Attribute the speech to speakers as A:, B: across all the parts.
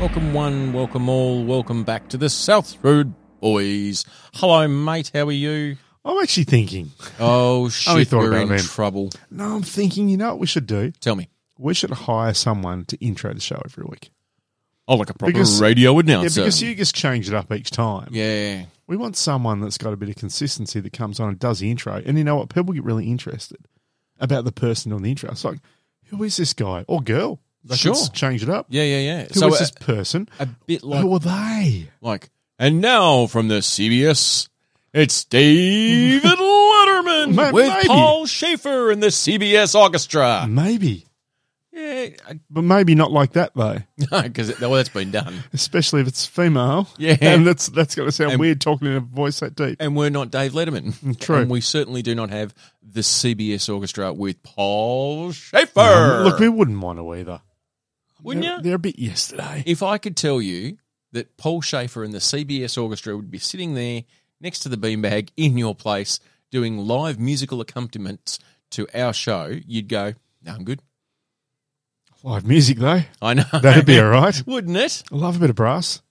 A: Welcome one, welcome all, welcome back to the South Road Boys. Hello, mate. How are you?
B: I'm actually thinking.
A: Oh shit,
B: only thought
A: we're
B: about
A: in
B: it then.
A: trouble.
B: No, I'm thinking. You know what we should do?
A: Tell me.
B: We should hire someone to intro the show every week.
A: Oh, like a proper
B: Because-
A: radio
B: Yeah,
A: announcer.
B: because you just change it up each time.
A: yeah.
B: We want someone that's got a bit of consistency that comes on and does the intro. And you know what? People get really interested about the person on the intro. It's like, who is this guy or girl? Let's
A: Sure.
B: change it up.
A: Yeah, yeah, yeah.
B: Who
A: so
B: is
A: a,
B: this person?
A: a bit like
B: Who are they?
A: like and now from the CBS it's David Letterman
B: Ma-
A: with
B: maybe.
A: Paul Schaefer and the CBS Orchestra.
B: Maybe,
A: Yeah,
B: but maybe not like that though.
A: because well, that's been done.
B: Especially if it's female.
A: Yeah.
B: and that's that's going to sound
A: And-
B: weird talking in a voice that deep.
A: and we're not Dave Letterman.
B: True.
A: And we certainly do not have the CBS Orchestra with Paul Schaefer.
B: Um, look, we wouldn't want to either.
A: Wouldn't
B: they're,
A: you?
B: They're a bit yesterday.
A: If I could tell you that Paul Schaefer and the CBS Orchestra would be sitting there next to the beanbag in your place doing live musical accompaniments to our show, you'd go, no, I'm good.
B: Live music though,
A: I know.
B: that'd be all right.
A: Wouldn't it?
B: I love a bit of brass.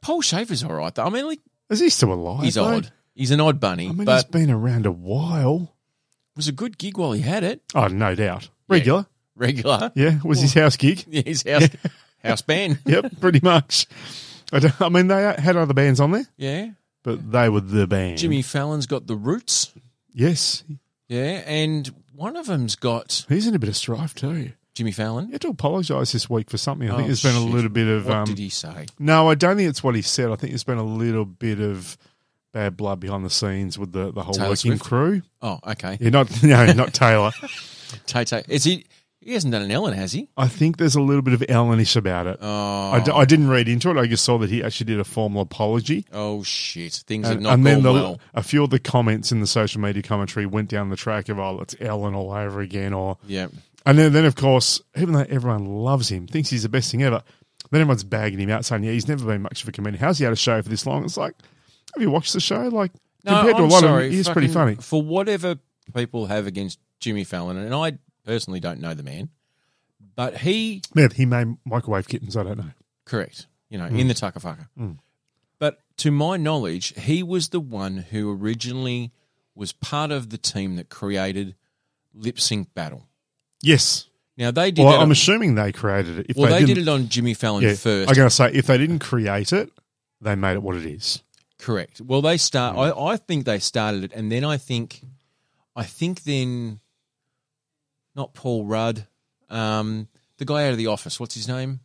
A: Paul Schaefer's all right, though. I mean, like,
B: Is he still alive?
A: he's
B: though?
A: odd. He's an odd bunny,
B: I mean,
A: but
B: he's been around a while.
A: it was a good gig while he had it.
B: Oh, no doubt. Regular.
A: Regular.
B: Yeah, was his house gig.
A: His house, house band.
B: Yep, pretty much. I, don't- I mean, they had other bands on there,
A: Yeah.
B: but they were the band.
A: Jimmy Fallon's got the roots.
B: Yes,
A: Yeah, and one of them's got
B: he's in a bit of strife too.
A: Jimmy Fallon.
B: You had to apologise this week for something. I
A: Oh,
B: think there's been a
A: shit.
B: little bit of.
A: What
B: Um,
A: did he say?
B: No, I don't think it's what he said. I think there's been a little bit of bad blood behind the scenes with the, the whole
A: Taylor
B: working
A: Swift?
B: crew.
A: Oh, okay.
B: Yeah, not no, not Taylor.
A: Tay Tay. Is he? He hasn't done an Ellen, has he?
B: I think there's a little bit of Ellenish about it.
A: Oh,
B: I, d- I didn't read into it. I just saw that he actually did a formal apology.
A: oh shit! Things have
B: And,
A: not
B: and
A: gone
B: then the,
A: well.
B: a few of the comments in the social media commentary went down the track of, oh, it's Ellen all over again. Or
A: Yeah,
B: And then, then, of course, even though everyone loves him, thinks he's the best thing ever, then everyone's bagging him out saying, yeah, he's never been much of a comedian. How's he had a show for this long? It's like, have you watched the show? Like,
A: no,
B: compared to
A: I'm
B: a lot
A: sorry,
B: of he's pretty
A: fucking-
B: funny.
A: for whatever people have against Jimmy Fallon, and I personally don't know the man, but he
B: Man, he made microwave kittens. I don't know.
A: correct, you know,
B: Mm.
A: in the Tucker Fucker. But to my knowledge, he was the one who originally was part of the team that created Lip Sync Battle.
B: Yes.
A: Now they did.
B: Well,
A: that
B: I'm
A: on-
B: assuming they created it. If
A: Well, they
B: didn't,
A: did it on Jimmy Fallon
B: Yeah,
A: first.
B: I'm going to say if they didn't create it, they made it what it is.
A: Correct. Well, they start. I, I think they started it, and then I think, I think then, not Paul Rudd, um, the guy out of the office. What's his name?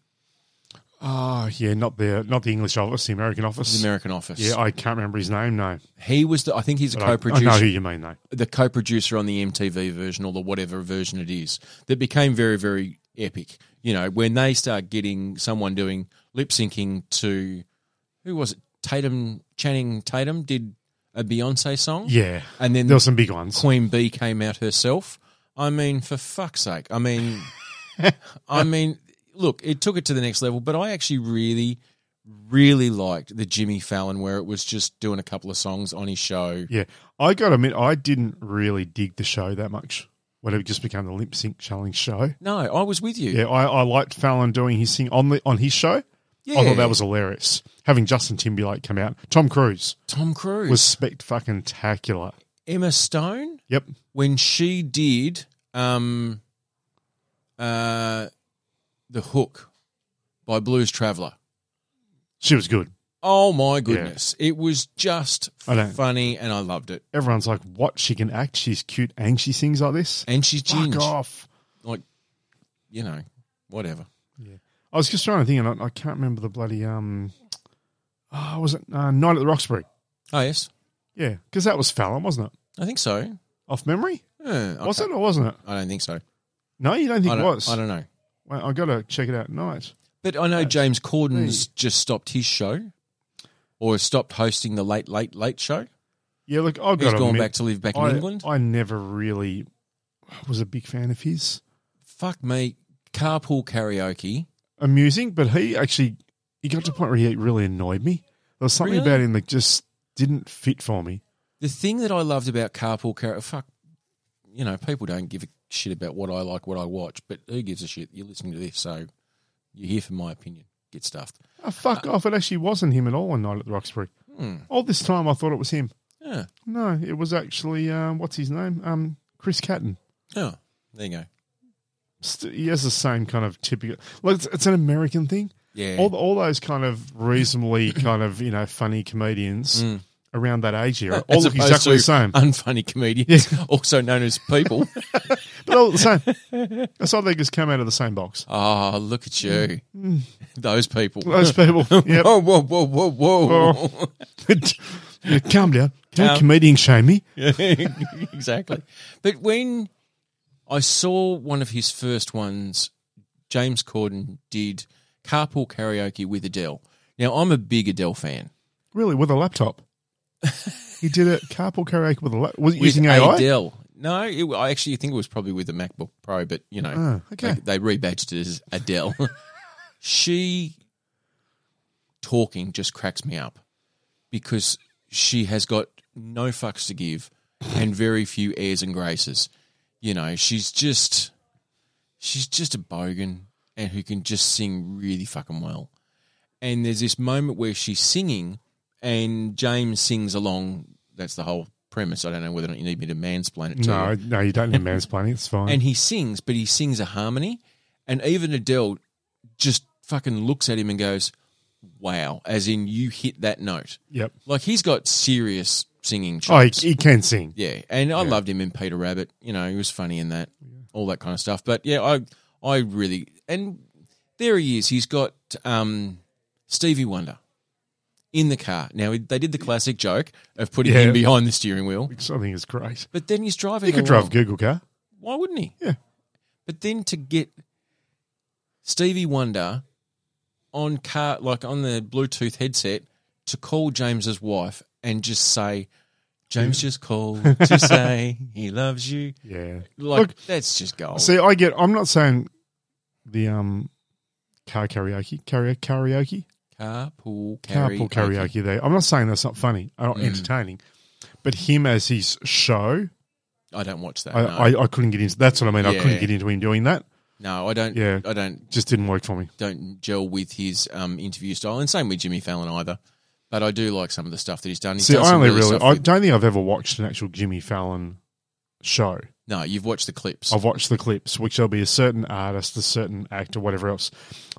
B: Oh, yeah, not the not the English office, the American
A: Ah, The
B: office.
A: American Office.
B: yeah, I can't remember his name. No,
A: he was the. I think he's a
B: But I-
A: co-producer.
B: I, know who you mean though.
A: the co-producer on the MTV version or the whatever version it is that became very very epic. You know, when they start getting someone doing lip syncing to who was it? Tatum Channing Tatum did a Beyonce song.
B: Yeah,
A: And then
B: there were some big ones.
A: Queen Bee came out herself. I mean, for fuck's sake. I mean, I mean, look, it took it to the next level, but I actually really, really liked the Jimmy Fallon where it was just doing a couple of songs on his show.
B: Yeah, I got to admit, I didn't really dig the show that much when it just became the lip sync challenge show.
A: No, I was with you.
B: Yeah, I, I liked Fallon doing his thing on the on his show. I
A: Yeah.
B: thought that was hilarious. Having Justin Timberlake come out, Tom Cruise
A: Tom Cruise,
B: was spect fucking tacular.
A: Emma Stone
B: Yep.
A: when she did um, uh, the Hook by Blues Traveler.
B: She was good.
A: Oh my goodness! It was just
B: I don't-
A: funny, and I loved it.
B: Everyone's like, what? She can act. She's cute and she sings like this.
A: And she's
B: Fuck
A: ginger.
B: off.
A: like you know whatever
B: I was just trying to think, and I, I can't remember the bloody. um Oh, was it uh, Night at the Roxbury?
A: oh yes
B: Yeah, because that was Fallon, wasn't it?
A: i think so
B: Off memory?
A: Uh, okay.
B: Was it or wasn't it?
A: i don't think so i,
B: No, you don't think
A: don't,
B: it was.
A: I don't know
B: Well, I got to check it out. Night.
A: but i know james corden's just stopped his show or stopped hosting the late late late show
B: Yeah, look, I've
A: he's
B: got
A: gone
B: admit,
A: back to live back in
B: I,
A: england
B: I never really was a big fan of his
A: fuck me carpool karaoke
B: amusing, but he actually he got to a point where he really annoyed me. There was something
A: Really?
B: about him that just didn't fit for me.
A: the thing that i loved about carpool karaoke fuck you know people don't give a shit about what i like what i watch but who gives a shit you're listening to this so you're here for my opinion get stuffed.
B: Oh, fuck
A: Uh-
B: off. It actually wasn't him at all one night at the Roxbury.
A: Hmm.
B: All this time I thought it was him.
A: Yeah.
B: No, it was actually, uh, what's his name? Um, Chris Catton.
A: Oh, there you go.
B: St- he has the same kind of typical. Look, it's, it's an American thing.
A: Yeah.
B: All, all those kind of reasonably kind of, you know, funny comedians around that age era
A: Mm.
B: all
A: As
B: look
A: opposed
B: exactly
A: to
B: the same.
A: Unfunny comedians, also known as people.
B: But all the same. That's why they just come out of the same box.
A: Ah, look at you. Those people.
B: Those people. Yep.
A: Whoa, whoa, whoa, whoa,
B: Oh.
A: whoa.
B: Calm down. Don't
A: Calm.
B: comedian shame me.
A: exactly. But when I saw one of his first ones, James Corden did carpool karaoke with Adele. Now, I'm a big Adele fan.
B: Really, with a laptop. he did it carpool karaoke with a laptop. Was it
A: With
B: using AI?
A: Adele. No, it, I actually think it was probably with the MacBook Pro, but you know,
B: Oh, okay.
A: they, they rebadged it as Adele. she talking just cracks me up because she has got no fucks to give and very few airs and graces. You know, she's just she's just a bogan and who can just sing really fucking well. And there's this moment where she's singing and James sings along. That's the whole premise. I don't know whether or not you need me to mansplain it to you
B: No, no, you don't need mansplaining. It's fine.
A: and he sings, but he sings a harmony. And even Adele just fucking looks at him and goes, "Wow!" As in, you hit that note.
B: yep.
A: Like he's got serious singing
B: Oh, he,
A: chops.
B: he can sing.
A: yeah, and I loved him in Peter Rabbit. You know, he was funny in that, all that kind of stuff. But yeah, I, I really, and there he is. He's got um, Stevie Wonder in the car. Now they did the classic joke of putting
B: Yeah.
A: him behind the steering wheel,
B: Which I think is great.
A: but then he's driving.
B: He could
A: along
B: drive a Google car.
A: why wouldn't he?
B: Yeah.
A: But then to get Stevie Wonder on car like on the Bluetooth headset to call James's wife and just say, James just called to say he loves you.
B: Yeah.
A: Like
B: Look-
A: that's just gold.
B: See, I get. I'm not saying the um car karaoke, karaoke, karaoke,
A: carpool karaoke. Mm.
B: carpool karaoke. There, I'm not saying that's not funny or not entertaining, but him as his show,
A: I don't watch that.
B: I,
A: no.
B: I, I couldn't get into. That's what I mean. I
A: Yeah.
B: couldn't get into him doing that.
A: no, I don't
B: Yeah.
A: I don't
B: Just didn't work for me.
A: don't gel with his um, interview style and same with Jimmy Fallon either. But I do like some of the stuff that he's done. He's
B: See,
A: done
B: I
A: some
B: only
A: early
B: really.
A: stuff
B: I
A: with-
B: don't think I've ever watched an actual Jimmy Fallon show.
A: no, you've watched the clips.
B: I've watched the clips, which there'll be a certain artist, a certain actor, whatever else.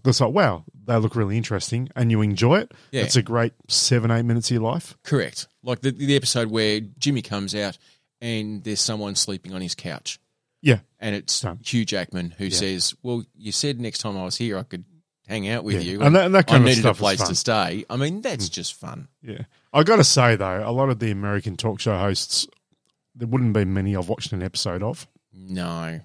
B: That's like, wow, they look really interesting, and you enjoy it.
A: Yeah.
B: It's a great seven, eight minutes of your life.
A: Correct. Like the, the episode where Jimmy comes out and there's someone sleeping on his couch.
B: Yeah,
A: And it's
B: Done.
A: Hugh Jackman who says, Well, you said next time I was here I could hang out with
B: Yeah.
A: you.
B: And that- and that kind
A: I
B: of
A: needed
B: stuff is
A: a place to
B: fun. Hmm.
A: stay. I mean, that's just fun.
B: Yeah. I got to say, though, a lot of the American talk show hosts, there wouldn't be many I've watched an episode of
A: No.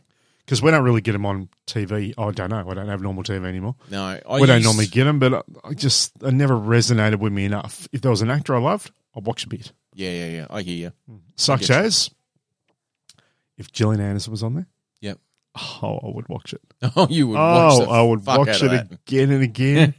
B: because we don't really get them on TV. I don't know. I don't have normal TV anymore.
A: No. I
B: we don't
A: used-
B: normally get them, but I- I just, they never resonated with me enough. If there was an actor I loved, I'd watch a bit,
A: Yeah, yeah, yeah. I hear you.
B: such
A: get you.
B: as if Gillian Anderson was on there.
A: Yep.
B: Oh, I would watch it.
A: Oh, you would watch
B: Oh,
A: the
B: I would
A: fuck
B: watch
A: out
B: it
A: of that.
B: again and again,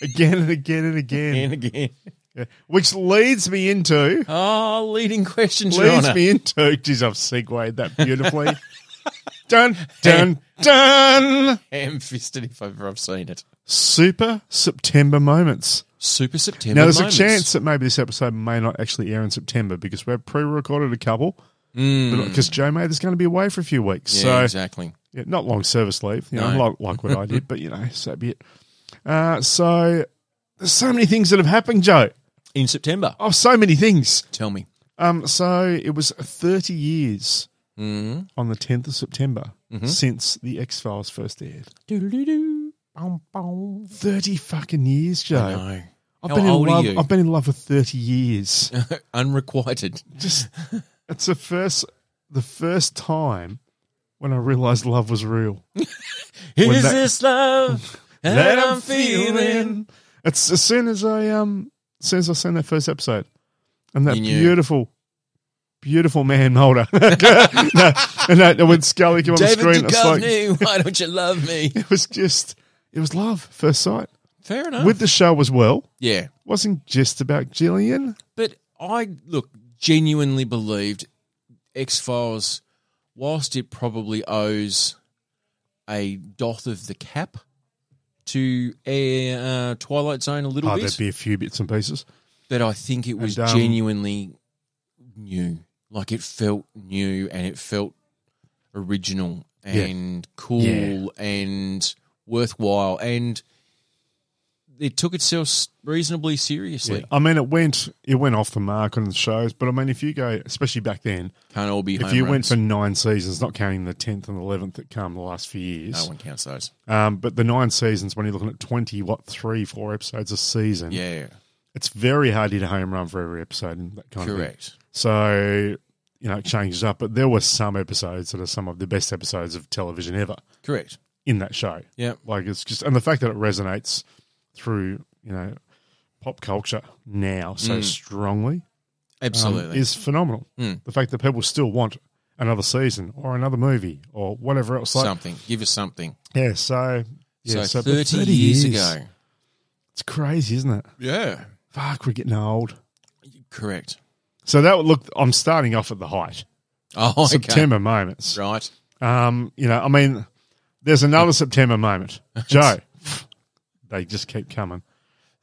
B: again and again and again.
A: And again.
B: Yeah. Which leads me into
A: Oh, leading question,
B: leads
A: Jonah.
B: me into. Geez, I've segued that beautifully. dun dun dun.
A: Ham fisted if ever I've seen it.
B: Super September moments.
A: Super September.
B: Now, there's
A: moments.
B: a chance that maybe this episode may not actually air in September because we've pre-recorded a couple. Because Joe made is going to be away for a few weeks,
A: Hmm. Yeah,
B: so
A: exactly.
B: yeah, not long service leave. You know,
A: No.
B: like, like what I did, but you know, so be it. Uh, so there's so many things that have happened, Joe.
A: In September.
B: Oh, so many things.
A: Tell me.
B: Um, so it was 30 years
A: Mm-hmm.
B: on the 10th of September since the X Files first aired.
A: Doo-doo-doo.
B: 30 fucking years, Joe.
A: No.
B: I've
A: How
B: been
A: old
B: in
A: are
B: love.
A: you?
B: I've been in love for 30 years.
A: Unrequited.
B: Just it's the first the first time when I realized love was real.
A: Is
B: that-
A: this love that I'm feeling?
B: It's as soon as I um as soon as I seen that first episode and that
A: You knew.
B: beautiful beautiful man Mulder. no, and that when Scully came on the
A: David
B: screen, it's like
A: Duchovny, why don't you love me?
B: it was just it was love first sight
A: Fair enough.
B: with the show as well
A: yeah.
B: wasn't just about Gillian
A: But I, look, genuinely believed X Files, whilst it probably owes a doth of the cap to air uh, Twilight Zone a little
B: Oh,
A: bit,
B: there'd be a few bits and pieces.
A: but I think it was
B: And, um,
A: genuinely new. Like it felt new and it felt original and cool
B: Yeah.
A: and worthwhile, and it took itself s- reasonably seriously.
B: I mean, it went it went off the mark on the shows, but I mean, if you go, especially back then,
A: Can't all be
B: if
A: home
B: you
A: runs.
B: went for nine seasons, not counting the tenth and eleventh that come the last few
A: no
B: years,
A: one counts those.
B: um, but the nine seasons when you're looking at twenty, what three, four episodes a season,
A: Yeah,
B: it's very hard to hit a home run for every episode and that kind of thing.
A: correct.
B: So you know, it changes up, but there were some episodes that are some of the best episodes of television ever
A: Correct.
B: in that show.
A: Yeah.
B: Like it's just and the fact that it resonates through you know pop culture now so
A: Mm.
B: strongly um,
A: Absolutely.
B: is phenomenal.
A: Mm.
B: The fact that people still want another season or another movie or whatever else. Like,
A: something. Give us something.
B: yeah, so yeah,
A: so,
B: but
A: 30, years, ago.
B: it's crazy, isn't it?
A: Yeah.
B: Fuck, we're getting old.
A: Correct.
B: So that would look. I'm starting off at the height
A: Oh, okay.
B: September moments.
A: Right.
B: Um, you know, I mean, there's another September moment, Joe. they just keep coming.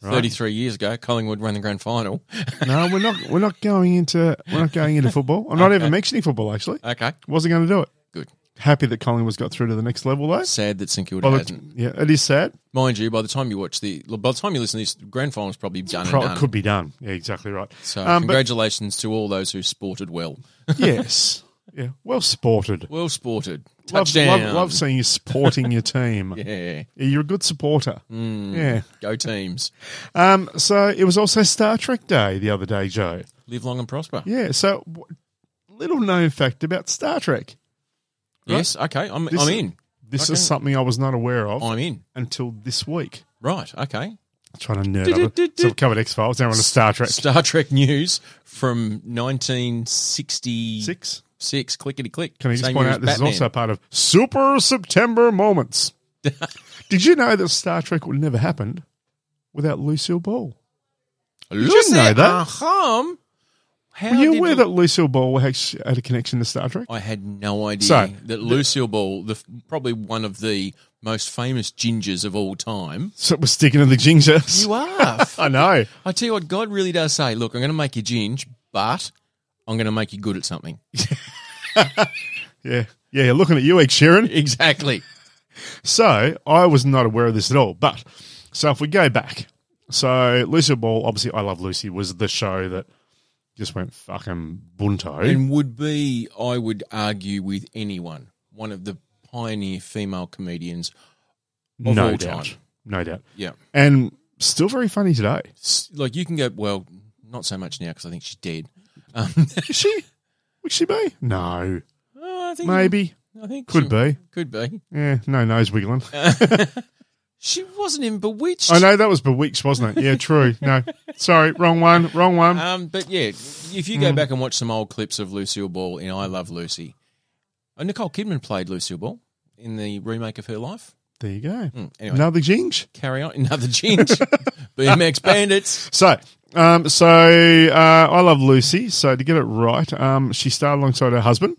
B: Right.
A: 33 years ago, Collingwood won the grand final.
B: No, we're not. We're not going into. We're not going into football. I'm not even mentioning football. Actually,
A: Okay.
B: wasn't going to do it.
A: Good.
B: Happy that Collingwood's got through to the next level, though.
A: Sad that St Kilda
B: By the-
A: hasn't.
B: yeah, it is sad.
A: Mind you, by the time you watch the, by the time you listen to this, the grand final's probably done
B: Pro-
A: and done.
B: could be done. Yeah, exactly right.
A: so
B: Um, but-
A: congratulations to all those who sported well.
B: yes, yeah, well sported.
A: Well sported.
B: Love,
A: Touchdown.
B: love, love seeing you supporting your team.
A: yeah. Mm.
B: Yeah, You're a good supporter. Yeah.
A: Go teams.
B: Um. So it was also Star Trek Day the other day, Joe.
A: Live long and prosper.
B: Yeah. So w- little known fact about Star Trek.
A: Yes. Okay. I'm,
B: This-
A: I'm in.
B: This
A: Okay.
B: is something I was not aware of
A: I'm in.
B: until this week.
A: Right. Okay.
B: trying to nerd up. So we've covered X Files. Now we're on to Star Trek.
A: Star Trek news from 1966.
B: Six.
A: Clickety click.
B: Can I just point out this is also part of Super September Moments? Did you know that Star Trek would never happened without Lucille Ball?
A: Lucy
B: know that?
A: Aham? um, How
B: Were you
A: did
B: aware
A: Lu-
B: that Lucille Ball had had a connection to Star Trek?
A: I had no idea
B: So-
A: that Lucille Ball, the f- probably one of the most famous gingers of all time.
B: So we're sticking to the gingers.
A: You are.
B: I know.
A: I tell you what, God really does say, look, I'm going to make you ginge, but I'm going to make you good at something.
B: Yeah. Yeah, looking at you, Ed Sheeran.
A: Exactly.
B: So I was not aware of this at all. But so if we go back, so Lucille Ball, obviously, I Love Lucy was the show that just went fucking bunto.
A: And would be, I would argue, with anyone, one of the pioneer female comedians of
B: no
A: all
B: doubt.
A: time.
B: No doubt.
A: Yeah.
B: And still very funny today.
A: S- Like you can go, well, not so much now because I think she's dead. Um,
B: Is she? Would she be? No.
A: Oh, I think
B: Maybe.
A: I think
B: Could
A: she-
B: be.
A: Could be.
B: Yeah, no nose wiggling.
A: Uh, She wasn't in Bewitched.
B: I know that was Bewitched, wasn't it? Yeah, true. No. Sorry, wrong one, wrong one.
A: Um, but yeah, if you
B: Hmm.
A: go back and watch some old clips of Lucille Ball in I Love Lucy, and Nicole Kidman played Lucille Ball in the remake of her life.
B: there you go.
A: hmm, Anyway,
B: Another jinx.
A: carry on. Another ginge. BMX Bandits.
B: So, um, so uh, I love Lucy. So to get it right, um, she starred alongside her husband,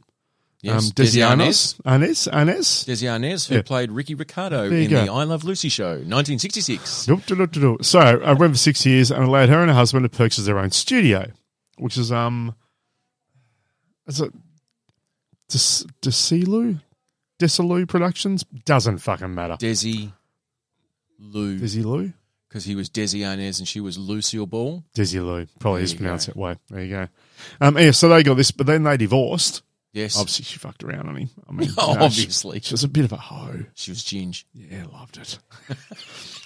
A: Yes,
B: um,
A: Desi
B: Desi
A: Arnaz.
B: Arnaz. Arnaz, Arnaz.
A: Desi Arnaz, who
B: Yeah.
A: played Ricky Ricardo
B: you
A: in
B: go.
A: the I Love Lucy show, 1966.
B: Nope, do, do, do, do. So I ran for six years and allowed her and her husband to purchase their own studio, which is um, is it Des- Desilu, Desilu Productions? Doesn't fucking matter.
A: Desi Lou.
B: Desilu,
A: because he was Desi Arnaz and she was Lucille Ball.
B: Desilu, probably is
A: you
B: pronounced that way. There you go. Um, yeah, so they got this, but then they divorced.
A: Yes,
B: Obviously, she fucked around on him. I mean,
A: Oh,
B: you know, she-
A: obviously.
B: she was a bit of a hoe.
A: she was Ginge.
B: Yeah, loved it.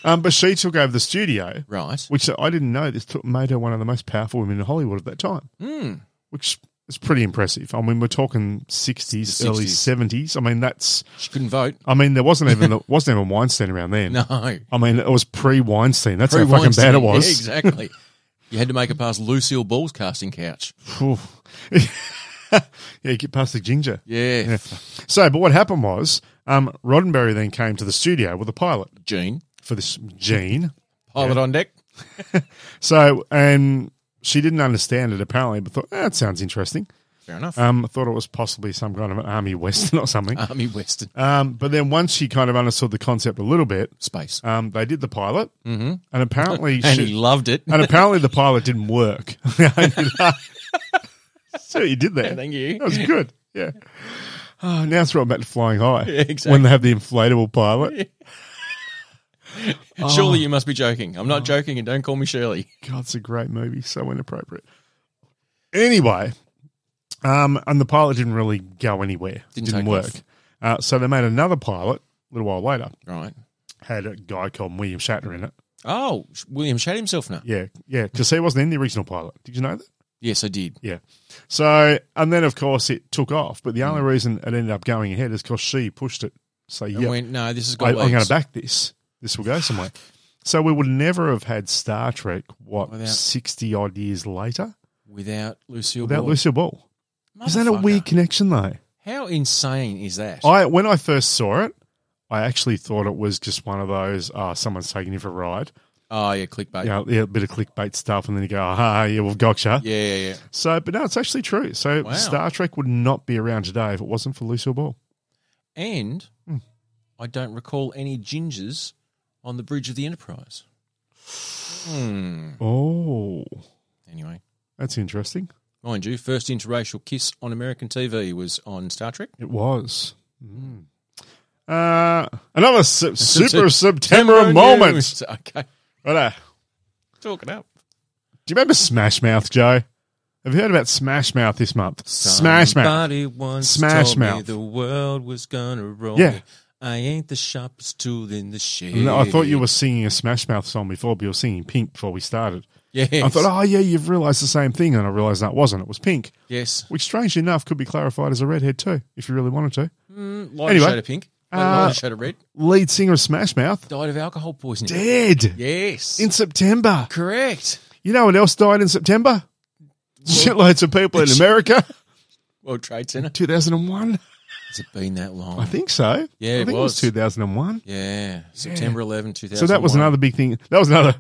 B: um, but she took over the studio,
A: Right.
B: which I didn't know. This took, made her one of the most powerful women in Hollywood at that time,
A: Mm.
B: which is pretty impressive. I mean, we're talking sixties,
A: The
B: early
A: 60s.
B: seventies. I mean, that's.
A: She couldn't vote.
B: I mean, there wasn't even there wasn't even Weinstein around then.
A: No.
B: I mean, it was pre Weinstein. That's how fucking
A: Pre-Weinstein.
B: bad it
A: Yeah,
B: was.
A: exactly. you had to make it past Lucille Ball's casting couch.
B: Phew. yeah, get past the ginger.
A: Yeah.
B: So, but what happened was, um, Roddenberry then came to the studio with a pilot
A: Gene.
B: for this gene.
A: Pilot on deck.
B: So, and she didn't understand it apparently, but thought, "Ah, that sounds interesting.
A: Fair enough.
B: Um, I thought it was possibly some kind of an army western or something.
A: Army Western
B: Um, but then once she kind of understood the concept a little bit,
A: Space.
B: um, they did the pilot, mm-hmm. and apparently
A: and
B: she-
A: he loved it.
B: and apparently the pilot didn't work. so you did there.
A: Thank you.
B: That was good. Yeah. Oh, now it's right back to flying high.
A: Yeah, exactly.
B: When they have the inflatable pilot.
A: Oh. Surely you must be joking.
B: Oh.
A: I'm not joking, and don't call me Shirley.
B: God, it's a great movie. So inappropriate. Anyway, um, and the pilot didn't really go anywhere.
A: Didn't
B: didn't
A: take
B: work.
A: off.
B: Uh, so they made another pilot a little while later.
A: Right.
B: Had a guy called William Shatner in it.
A: Oh, William shat himself now.
B: Yeah, yeah, because he wasn't in the original pilot. Did you know that?
A: Yes, I did.
B: Yeah. So, and then of course it took off, but the only reason it ended up going ahead is because she pushed it. So,
A: Hmm. And
B: yeah,
A: went, no, this has
B: I,
A: got
B: I'm
A: legs.
B: going to back this. This will go somewhere. So we would never have had Star Trek, what,
A: Without-
B: 60 odd years later
A: Without Lucille
B: without
A: Ball.
B: Lucille Ball. Is that a
A: Motherfucker.
B: weird connection though?
A: How insane is that?
B: I When I first saw it, I actually thought it was just one of those, uh, someone's taking you for a ride.
A: oh, yeah, clickbait.
B: You
A: Yeah,
B: know, yeah, a bit of clickbait stuff. And then you go, ah, yeah, well, gotcha.
A: yeah, yeah.
B: So, but no, it's actually true. So,
A: Wow.
B: Star Trek would not be around today if it wasn't for Lucille Ball.
A: And
B: Hmm.
A: I don't recall any gingers on the bridge of the Enterprise. Hmm.
B: Oh,
A: Anyway,
B: that's interesting.
A: mind you, first interracial kiss on American TV was on Star Trek.
B: It was. Hmm. Uh, another su- super
A: September
B: September moment.
A: News. Okay,
B: Right, uh,
A: talk it up.
B: do you remember Smash Mouth, Joe? Have you heard about Smash Mouth this month? Smash Mouth.
A: Somebody once
B: Smash
A: told me
B: Mouth.
A: the world was gonna roll.
B: Yeah.
A: me. I ain't the sharpest tool in the shed.
B: No, I thought you were singing a Smash Mouth song before, but you were singing Pink before we started.
A: Yes.
B: I thought, oh, yeah, you've realised the same thing. And I realised that wasn't. It was Pink,
A: yes.
B: which, strangely enough, could be clarified as a redhead, too, if you really wanted to.
A: Mm, lighter
B: Anyway.
A: shade of pink. lighter
B: Uh,
A: shade of red.
B: lead singer of Smash Mouth,
A: Died of alcohol poisoning.
B: dead
A: Yes.
B: in September.
A: Correct.
B: You know what else died in September? Shitloads of people in America.
A: World Trade Center.
B: 2001?
A: Has it been that long?
B: I think so.
A: Yeah,
B: I
A: it
B: think
A: was.
B: 2001.
A: yeah. September 11, 2000.
B: So that was another big thing. That was another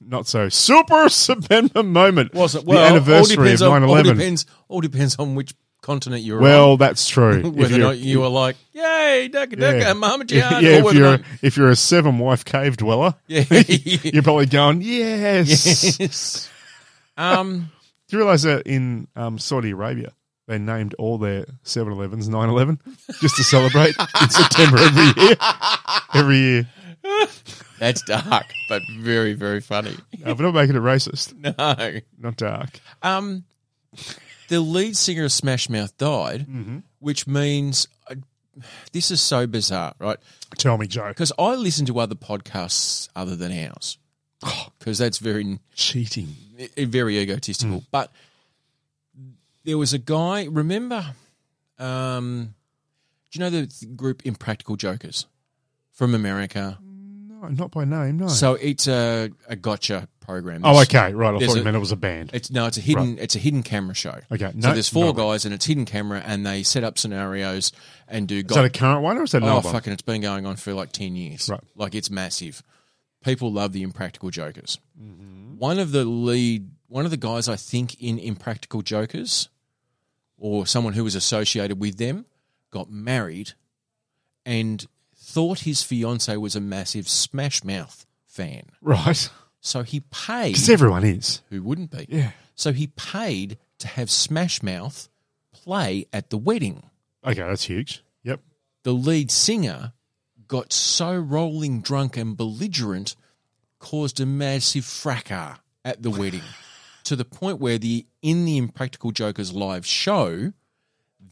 B: not so super September moment.
A: Was it?
B: The
A: Well, all
B: anniversary of
A: depends
B: 9
A: On, all
B: 11.
A: depends, all depends on which continent you're on.
B: Well, that's true.
A: Whether or
B: you're-
A: not you were like, yay, Daka Daka,
B: Yeah.
A: Mama
B: yeah,
A: Jihad, or
B: if
A: whether
B: you're
A: or not-
B: if you're a seven wife cave dweller,
A: Yeah.
B: you're probably going yes.
A: yes. Um,
B: Do you realize that in um, Saudi Arabia, they named all their 7 Elevens 9 11 just to celebrate in September every year? Every year.
A: that's dark, but very, very funny.
B: Uh, we're not making it racist,
A: No.
B: not dark.
A: Um, the lead singer of Smash Mouth died,
B: Mm-hmm.
A: which means I, this is so bizarre, right?
B: Tell me, Joe.
A: Because I listen to other podcasts other than ours, because that's very
B: Cheating.
A: i- very
B: Mm.
A: egotistical. But there was a guy. Remember, um, do you know the th- group Impractical Jokers from America?
B: No, not by name, no.
A: So it's a, a gotcha program.
B: oh, okay, right. I
A: There's
B: thought you
A: a-
B: meant it was a band.
A: It's no, it's a hidden, it's a hidden camera show.
B: Okay,
A: so
B: no,
A: there's four
B: no.
A: guys and it's hidden camera, and they set up scenarios and do.
B: Is that a current one or is that an
A: oh
B: old one?
A: fucking, it's been going on for like ten years.
B: Right.
A: like it's massive. People love the Impractical Jokers. One of the lead, one of the guys I think in Impractical Jokers, or someone who was associated with them, got married, and thought his fiance was a massive Smash Mouth fan.
B: Right.
A: So he paid.
B: Because everyone is.
A: Who wouldn't be?
B: Yeah.
A: So he paid to have Smash Mouth play at the wedding.
B: Okay, that's huge. Yep.
A: The lead singer got so rolling drunk and belligerent, caused a massive fracas at the wedding, to the point where the in the Impractical Jokers live show,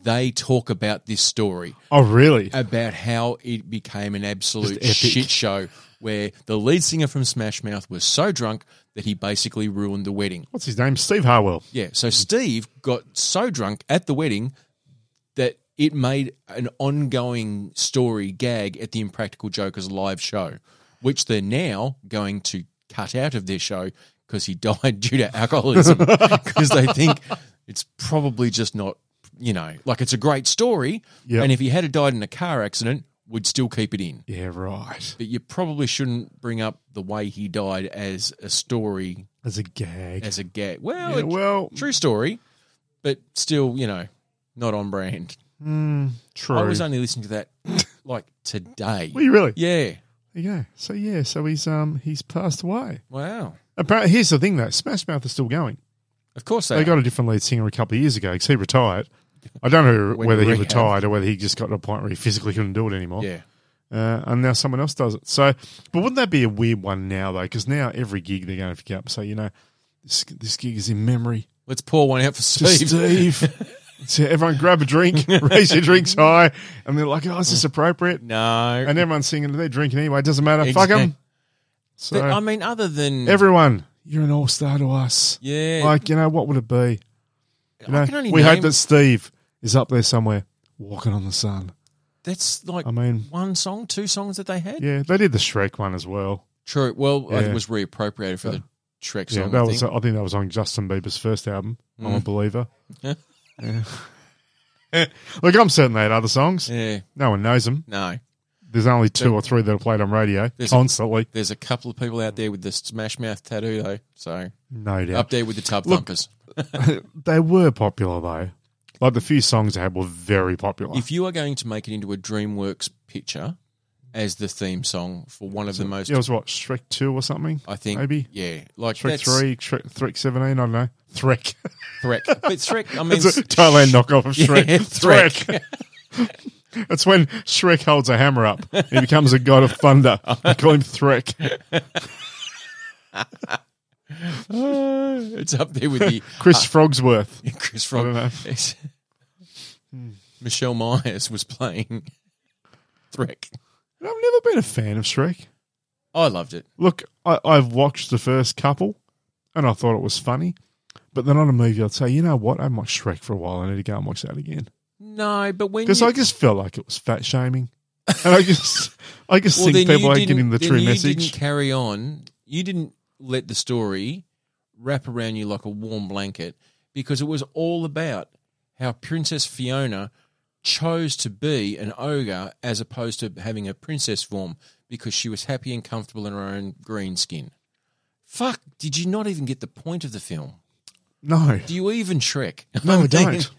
A: they talk about this story
B: Oh, really?
A: about how it became an absolute
B: Just epic.
A: shit show where the lead singer from Smash Mouth was so drunk that he basically ruined the wedding.
B: What's his name? Steve Harwell.
A: Yeah. So Steve got so drunk at the wedding that it made an ongoing story gag at the Impractical Jokers live show, which they're now going to cut out of their show because he died due to alcoholism. Because they think it's probably just not, you know, like it's a great story.
B: Yep.
A: And if he had died in a car accident, we'd still keep it in.
B: Yeah, right.
A: But you probably shouldn't bring up the way he died as a story,
B: That's a gag.
A: as a gag. Well,
B: Yeah,
A: it-
B: well,
A: True story, but still, you know, not on brand.
B: hmm, True.
A: I was only listening to that like today.
B: Were you really?
A: Yeah.
B: There you go. So yeah, so he's um he's passed away.
A: Wow.
B: Apparently, here's the thing though, Smash Mouth is still going.
A: Of course they,
B: They
A: are.
B: got a different lead singer a couple of years ago because he retired. I don't know
A: Went
B: whether
A: to
B: he
A: rehab.
B: retired or whether he just got to a point where he physically couldn't do it anymore.
A: Yeah.
B: Uh, and now someone else does it. So, but wouldn't that be a weird one now though? Because now every gig they're going to pick up. So you know, this this gig is in memory.
A: Let's pour one out for
B: To
A: Steve.
B: Steve. so everyone grab a drink, raise your drinks high, and they're like, "Oh, is this appropriate?"
A: No.
B: And everyone's singing, they're drinking anyway. Doesn't matter. Fuck 'em. Fuck
A: Exact-
B: them. So
A: But, I mean, other than
B: everyone, you're an all star to us.
A: yeah,
B: Like, you know, what would it be? You know,
A: I can only
B: we
A: name,
B: hope that Steve is up there somewhere walking on the sun.
A: that's like
B: I mean,
A: one song, two songs that they had.
B: yeah, they did the Shrek one as well.
A: True. Well, I think
B: Yeah.
A: it was reappropriated for the Shrek song.
B: Yeah,
A: I
B: that was.
A: think.
B: I think that was on Justin Bieber's first album. I'm a believer.
A: Mm. Yeah.
B: Yeah. Look, I'm certain they had other songs.
A: yeah.
B: No one knows them.
A: No,
B: There's only two or three that are played on radio
A: There's-
B: constantly.
A: there's a couple of people out there with the smash mouth tattoo though. So
B: No doubt.
A: up there with the tub thumpers.
B: they were popular though. Like the few songs they had were very popular.
A: If you are going to make it into a DreamWorks picture as the theme song for one of the most,
B: Yeah, it was what Shrek two or something.
A: I think
B: maybe.
A: yeah, like
B: Shrek
A: that's
B: three, Shrek, Shrek seventeen. I don't know. Threk.
A: Threk. But Shrek, I mean,
B: it's a Thailand knockoff of Shrek.
A: Yeah,
B: Threk. That's when Shrek holds a hammer up. He becomes a god of thunder. They call him Threk.
A: it's up there with the
B: Chris Frogsworth.
A: Chris
B: don't know. Hmm.
A: Rock. Michelle Myers was playing Threk.
B: I've never been a fan of Shrek.
A: I loved it.
B: Look, I, I've watched the first couple, and I thought it was funny. But then on a movie, I'd say, you know what? I haven't watched Shrek for a while. I need to go and watch that again.
A: No, but when
B: because
A: you,
B: I just felt like it was fat shaming, and I just, I just
A: Well,
B: think
A: then
B: people
A: you
B: aren't
A: didn't-
B: getting the
A: then
B: true
A: you
B: message.
A: Didn't carry on. You didn't let the story wrap around you like a warm blanket because it was all about how Princess Fiona chose to be an ogre as opposed to having a princess form because she was happy and comfortable in her own green skin. Fuck! Did you not even get the point of the film?
B: No,
A: Do you even Shrek?
B: No, I
A: I'm thinking-
B: don't.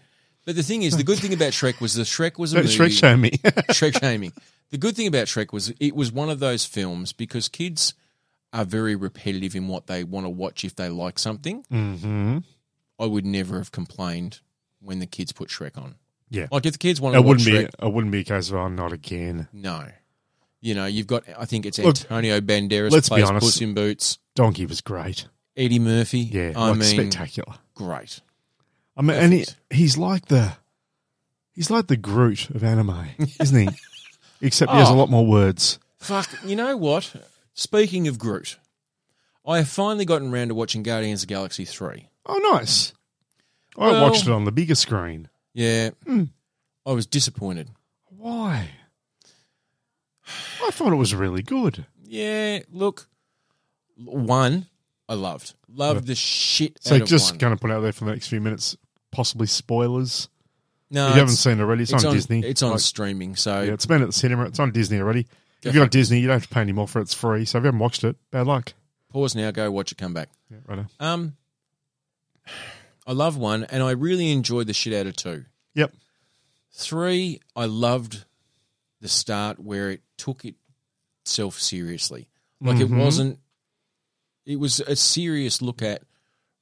A: But the thing is, the good thing about Shrek was the Shrek was a
B: don't
A: movie.
B: Shrek show me.
A: Shrek shaming. The good thing about Shrek was it was one of those films because kids are very repetitive in what they want to watch if they like something.
B: mm-hmm.
A: I would never have complained when the kids put Shrek on.
B: Yeah.
A: Like if the kids want to
B: It
A: watch
B: wouldn't be.
A: Shrek,
B: It wouldn't be a case of oh, not again.
A: no. You know, you've got I think it's
B: Look,
A: Antonio Banderas
B: let's be
A: plays
B: honest.
A: Puss in Boots,
B: Donkey was great.
A: Eddie Murphy.
B: Yeah,
A: I
B: like
A: mean
B: spectacular.
A: great.
B: I mean, and he,
A: perfect.
B: he's like the, he's like the Groot of anime, isn't he? Except he has a
A: Oh.
B: lot more words.
A: Fuck, you know what? Speaking of Groot, I have finally gotten round to watching Guardians of the Galaxy 3.
B: Oh, nice. I
A: Well-
B: watched it on the bigger screen.
A: Yeah.
B: Hmm.
A: I was disappointed.
B: Why? I thought it was really good.
A: Yeah, look, one I loved, loved the shit.
B: So
A: out of
B: just
A: one.
B: going to put out there for the next few minutes, possibly spoilers.
A: no,
B: if you haven't
A: it's-
B: seen it already, it's,
A: it's
B: on, Disney.
A: It's on
B: Like,
A: streaming. So
B: yeah, it's been at the cinema. It's on Disney already. If you've got Disney, you don't have to pay any more for it. It's free. So if you haven't watched it, bad luck.
A: pause now, go watch it, come back.
B: Yeah, righto.
A: Um, I love one, and I really enjoyed the shit out of two.
B: Yep.
A: Three, I loved the start where it took itself seriously. Like
B: Mhm.
A: it wasn't, it was a serious look at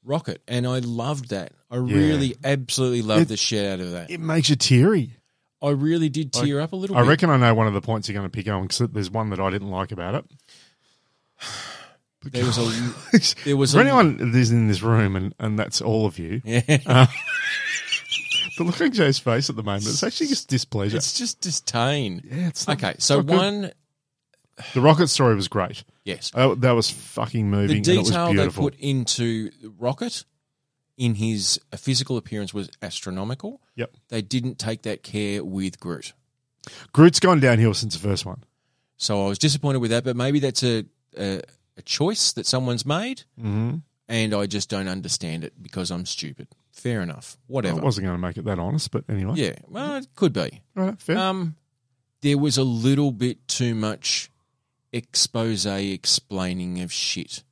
A: Rocket, and I loved that. I really, absolutely loved
B: It-
A: the shit out of that.
B: It makes you teary.
A: I really did tear up a little
B: I
A: bit.
B: reckon I know one of the points you're going to pick on because there's one that I didn't like about it.
A: There was a.
B: For
A: There was a,
B: anyone that's in this room, and, and that's all of you,
A: Yeah,
B: the look on Joe's face at the moment, it's actually just displeasure.
A: it's just disdain.
B: yeah, it's not-
A: Okay, so
B: not good.
A: one,
B: The rocket story was great.
A: yes,
B: Oh, that was fucking
A: the
B: moving.
A: detail
B: and it
A: they
B: was beautiful.
A: put into Rocket in his physical appearance was astronomical.
B: Yep.
A: They didn't take that care with Groot,
B: Groot's gone downhill since the first one.
A: so I was disappointed with that. But maybe that's a a, a choice that someone's made,
B: Mm-hmm.
A: and I just don't understand it because I'm stupid. Fair enough,
B: I
A: whatever.
B: wasn't going to make it that honest, but anyway.
A: yeah, well, it could be.
B: Right, fair.
A: Um, there was a little bit too much expose explaining of shit.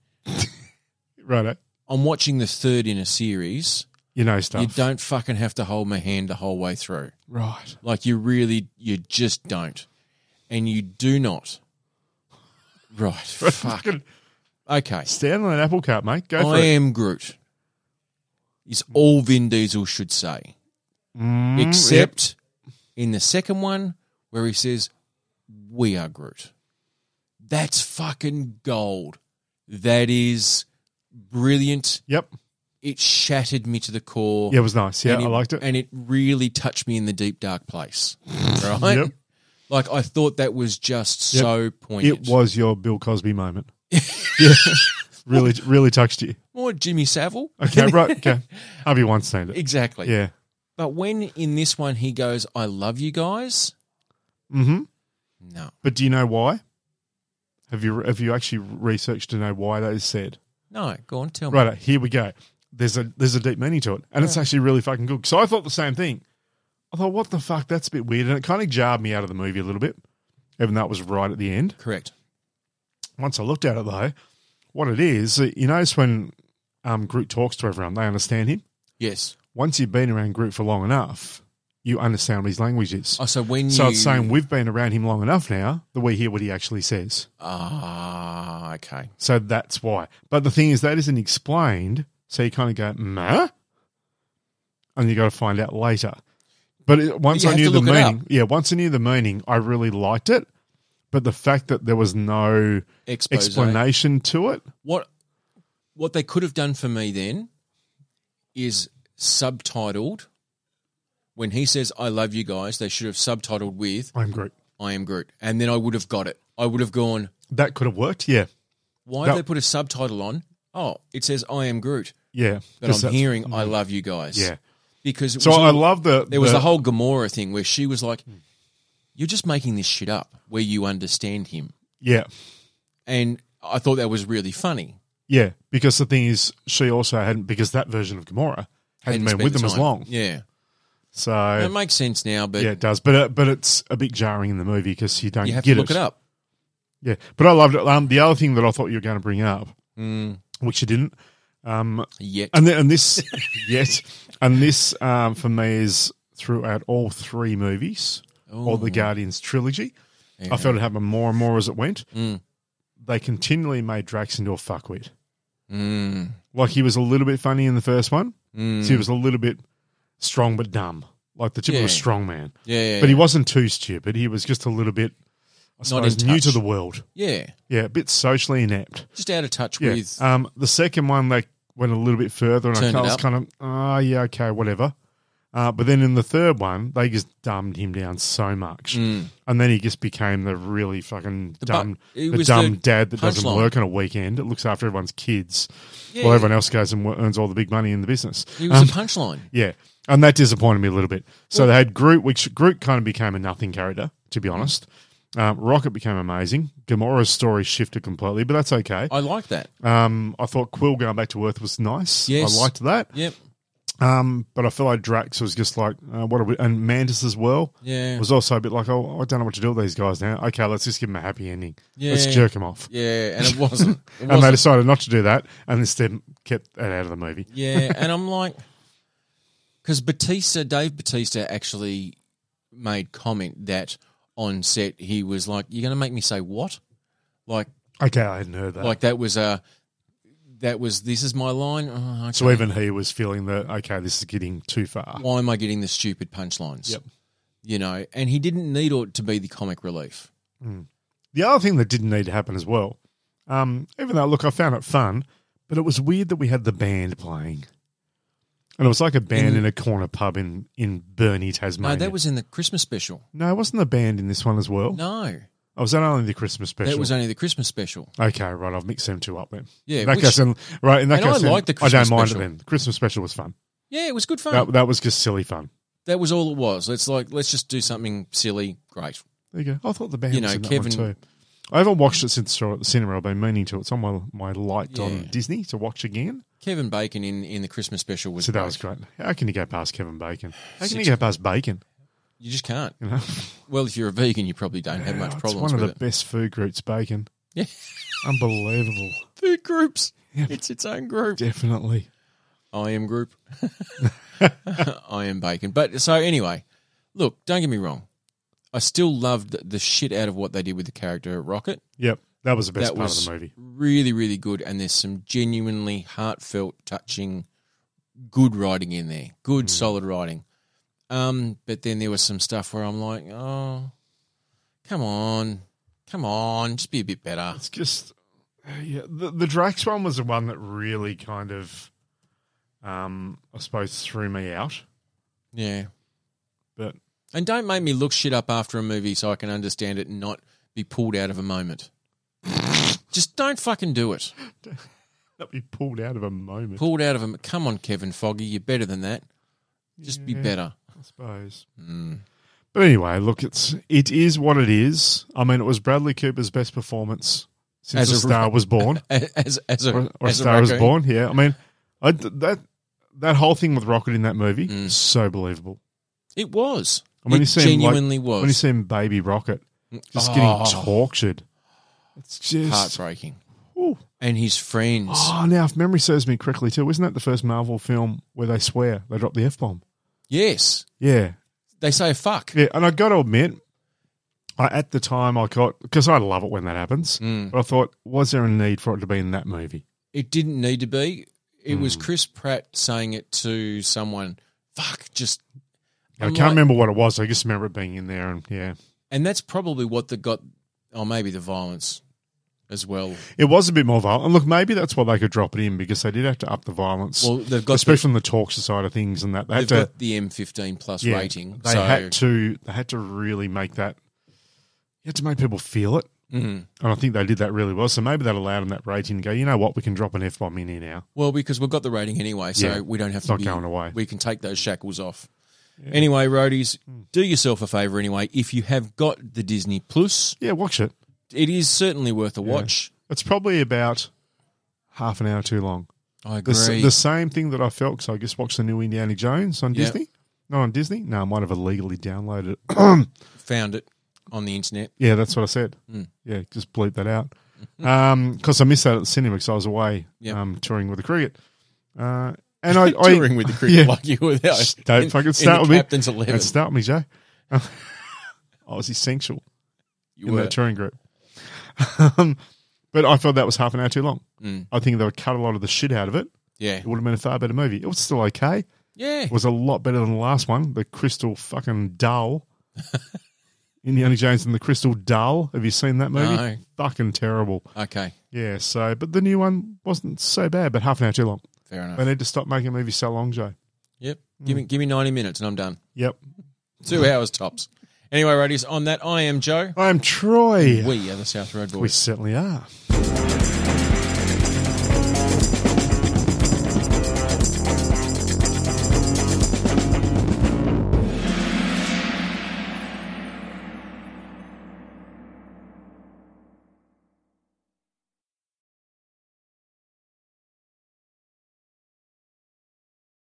B: Righto.
A: I'm watching the third in a series,
B: You know stuff.
A: You don't fucking have to hold my hand the whole way through.
B: Right.
A: Like you really, you just don't, and you do not. Right. Fuck. Oh,
B: Fucking
A: Okay.
B: stand on an apple cart, mate. Go for
A: I
B: it.
A: am Groot. Is all Vin Diesel should say,
B: Mm, yep.
A: except in the second one where he says, "We are Groot." That's fucking gold. That is brilliant.
B: Yep.
A: It shattered me to the core.
B: Yeah, it was nice. Yeah,
A: and
B: I liked it.
A: and it really touched me in the deep dark place. Right?
B: Yep.
A: Like I thought that was just
B: Yep.
A: so
B: It
A: poignant.
B: was your Bill Cosby moment. yeah. Really, really touched you.
A: More Jimmy Savile,
B: Okay, right. Okay. Harvey Weinstein. It.
A: exactly.
B: Yeah.
A: But when in this one he goes, "I love you guys,"
B: hmm
A: no,
B: But do you know why? Have you have you actually researched to know why that is said?
A: no, go on, tell me.
B: Right. Here we go. There's a there's a deep meaning to it, and it's actually really fucking good. So I thought the same thing. I thought, what the fuck? That's a bit weird, and it kind of jarred me out of the movie a little bit, even though it was right at the end.
A: Correct.
B: once I looked at it though, what it is, uh, you notice when um, Groot talks to everyone, they understand him.
A: Yes.
B: Once you've been around Groot for long enough, you understand what his language is.
A: Oh, so when
B: so
A: you,
B: it's saying we've been around him long enough now that we hear what he actually says.
A: ah, okay,
B: So that's why. But the thing is, that isn't explained. So you kind of go, meh? And you got to find out later. But it, once
A: You
B: I
A: have
B: knew
A: to
B: the
A: look it up.
B: meaning, yeah, once I knew the meaning, I really liked it. But the fact that there was no
A: expose.
B: explanation to it,
A: What what they could have done for me then is subtitled when he says, "I love you guys." They should have subtitled with
B: I'm Groot.
A: "I am Groot," and then I would have got it. I would have gone,
B: That could have worked. Yeah.
A: "Why
B: No.
A: did they put a subtitle on?" Oh, it says "I am Groot,"
B: Yeah.
A: but
B: Just
A: I'm
B: that's-
A: hearing "I love you guys."
B: Yeah.
A: because it
B: So
A: was
B: I Hmm.
A: all-
B: love the.
A: There was
B: the,
A: the whole Gamora thing where she was like, "You're just making this shit up where you understand him,"
B: Yeah.
A: and I thought that was really funny.
B: Yeah. Because the thing is, she also hadn't, because that version of Gamora
A: Hadn't
B: hadn't, been
A: spent
B: with
A: the
B: them as
A: time.
B: long.
A: Yeah,
B: So,
A: it makes sense now, but
B: yeah, it does. But, uh, but it's a bit jarring in the movie because you don't
A: you have
B: get
A: to look it, up.
B: Yeah. But I loved it. Um, the other thing that I thought you were going to bring up,
A: Mm,
B: which you didn't, um,
A: yet,
B: and, then, and this, yet, and this um, for me is throughout all three movies, or the
A: Ooh,
B: Guardians trilogy.
A: yeah.
B: I felt it happened more and more as it went.
A: Mm.
B: They continually made Drax into a fuckwit.
A: Mm,
B: Like he was a little bit funny in the first one.
A: mm.
B: So he was a little bit strong but dumb, like the typical
A: Yeah.
B: strong man.
A: yeah, yeah,
B: But he wasn't too stupid. He was just a little bit, I
A: Not in
B: suppose, new to
A: touch.
B: the world.
A: yeah,
B: Yeah, a bit socially inept.
A: just out of touch
B: Yeah.
A: with.
B: Um, the second one they went a little bit further, and I
A: Turned
B: kinda-
A: it
B: was
A: up.
B: kind of, oh yeah, okay, whatever. Uh, but then in the third one, they just dumbed him down so much,
A: Mm.
B: and then he just became the really fucking
A: bu-
B: dumb,
A: it
B: the
A: was
B: dumb
A: the
B: dad that doesn't
A: punchline.
B: work on a weekend. It looks after everyone's kids,
A: Yeah,
B: while everyone else goes and wo- earns all the big money in the business.
A: he was
B: Um,
A: a punchline.
B: yeah, and that disappointed me a little bit. So they had Groot, which Groot kind of became a nothing character, to be honest. Um, Rocket became amazing. Gamora's story shifted completely, but that's okay.
A: I like that.
B: Um, I thought Quill going back to Earth was nice.
A: Yes.
B: I liked that.
A: Yep.
B: Um, but I feel like Drax was just like, uh, what are we? And Mantis as well
A: Yeah.
B: was also a bit like, oh, I don't know what to do with these guys now. Okay, let's just give them a happy ending. Let's
A: Yeah.
B: jerk them off.
A: yeah, and it wasn't. It
B: And they
A: wasn't.
B: decided not to do that, and instead kept that out of the movie.
A: Yeah, and I'm like, because Batista, Dave Batista actually made comment that on set he was like, "You're going to make me say what?" Like,
B: Okay, I hadn't heard that.
A: like that was a, that was this is my line. Oh, okay.
B: so even he was feeling that, okay, this is getting too far.
A: why am I getting the stupid punchlines?
B: Yep.
A: You know, and he didn't need it to be the comic relief.
B: The other thing that didn't need to happen as well, um, even though, look, I found it fun, but it was weird that we had the band playing. And it was like a band in,
A: In-
B: a corner pub in, in Burnie,
A: No,
B: Tasmania.
A: that was in the Christmas special.
B: No, it wasn't the band in this one as well.
A: No,
B: Oh, was that only the Christmas special?
A: that was only the Christmas special.
B: okay, right. I've mixed them two up then.
A: Yeah,
B: In that
A: which-
B: case, then, right. In that
A: And I
B: case, then,
A: liked the
B: I don't
A: Christmas
B: mind
A: special.
B: it then. The Christmas special was fun.
A: yeah, it was good fun.
B: That, that was just silly fun.
A: that was all it was. It's like let's just do something silly. Great.
B: There you go. I thought the band
A: You
B: was
A: know,
B: in that
A: Kevin-
B: one too. I haven't watched it since I saw it at the cinema. I've been meaning to. It's on my, my light on
A: Yeah.
B: Disney to watch again.
A: Kevin Bacon in, in the Christmas special was
B: So that
A: great.
B: was great. How can you go past Kevin Bacon? How can you
A: Six-
B: go past bacon?
A: You just can't.
B: You know,
A: Well, if you're a vegan, you probably don't have
B: Yeah,
A: much
B: it's
A: problems
B: one of
A: with
B: the best food groups. Bacon,
A: it. Yeah.
B: unbelievable.
A: Food groups.
B: Yeah.
A: It's its own group.
B: Definitely.
A: I am group. I am bacon. But so anyway, look, don't get me wrong. I still loved the shit out of what they did with the character Rocket.
B: Yep, that was the best
A: that
B: part
A: was
B: of the movie.
A: really, really good. And there's some genuinely heartfelt, touching, good writing in there.
B: Mm.
A: Good, solid writing. Um, but then there was some stuff where I'm like, oh, come on, come on, just be a bit better.
B: It's just yeah, the the Drax one was the one that really kind of, um, I suppose threw me out.
A: Yeah.
B: But
A: And don't make me look shit up after a movie so I can understand it and not be pulled out of a moment. Just don't fucking do it.
B: that we pulled out of a moment.
A: Pulled out of a. Come on, Kevin Foggy, you're better than that. Just be
B: Yeah.
A: better.
B: I suppose.
A: Mm.
B: But anyway, look, it's it is what it is. I mean, it was Bradley Cooper's best performance since
A: As
B: a
A: a-
B: star was born,
A: A- As as a
B: or, or a
A: as a
B: star was
A: raccoon.
B: born. Yeah, I mean, I, that that whole thing with Rocket in that movie
A: Mm.
B: is so believable.
A: It was.
B: And when
A: it
B: you see him, like-
A: genuinely was.
B: When you see him, baby Rocket, just
A: Oh.
B: getting tortured. It's just
A: heartbreaking.
B: Ooh.
A: And his friends.
B: Oh, now if memory serves me correctly, too, isn't that the first Marvel film where they swear they drop the f bomb?
A: Yes.
B: Yeah,
A: They say fuck.
B: yeah. And I got to admit, I at the time I got because I love it when that happens.
A: Mm.
B: But I thought, was there a need for it to be in that movie?
A: It didn't need to be. It
B: Mm.
A: was Chris Pratt saying it to someone. Fuck, just
B: I
A: I'm
B: can't
A: like-
B: remember what it was. I just remember it being in there, and yeah,
A: and that's probably what the got or maybe the violence as well.
B: it was a bit more violent. And look, maybe that's why they could drop it in because they did have to up the violence,
A: Well, they've got
B: especially on the talk side of things, and that they
A: the,
B: had
A: they've
B: to
A: got the M15 plus
B: yeah,
A: rating.
B: They
A: so
B: had to. They had to really make that. You had to make people feel it,
A: Mhm.
B: and I think they did that really well. So maybe that allowed them that rating to go. You know what? We can drop an f bomb in here now.
A: well, because we've got the rating anyway, so
B: Yeah,
A: we don't have
B: It's
A: to
B: not
A: be
B: going away.
A: we can take those shackles off. Anyway, roadies,
B: Hmm.
A: do yourself a favor anyway. If you have got the Disney Plus,
B: yeah, watch it.
A: it is certainly worth a watch.
B: It's probably about half an hour too long.
A: I
B: The,
A: agree.
B: s- the same thing that I felt because I just watched the new Indiana Jones on
A: Yeah.
B: Disney. Not on Disney. No, I might have illegally downloaded it.
A: Found it on the internet.
B: yeah, that's what I said.
A: Mm.
B: Yeah, just bleep that out. Because I missed that at the cinema because I was away
A: Yeah.
B: um, touring with the cricket. Uh, and I, I
A: touring with the cricket
B: yeah.
A: like you were there.
B: Just don't
A: in-
B: fucking
A: in
B: start
A: the
B: with me.
A: Captain's eleven.
B: And start me, Jay. I was essential
A: You
B: in
A: were.
B: that touring group. um, but I felt that was half an hour too long.
A: Mm.
B: I think they would cut a lot of the shit out of it.
A: yeah,
B: It would have been a far better movie. It was still okay.
A: yeah.
B: It was a lot better than the last one, the Crystal fucking Dull. Indiana Jones and the Crystal Dull. Have you seen that movie?
A: No.
B: Fucking terrible.
A: Okay,
B: Yeah. So, but the new one wasn't so bad, but half an hour too long.
A: fair enough.
B: They need to stop making movies so long, Jay.
A: Yep. Give me give me ninety minutes and I'm done.
B: Yep.
A: Two hours tops. Anyway,
B: Oh,
A: roadies, on that I am Joe.
B: I am Troy.
A: We are the South Road Boys.
B: We certainly are.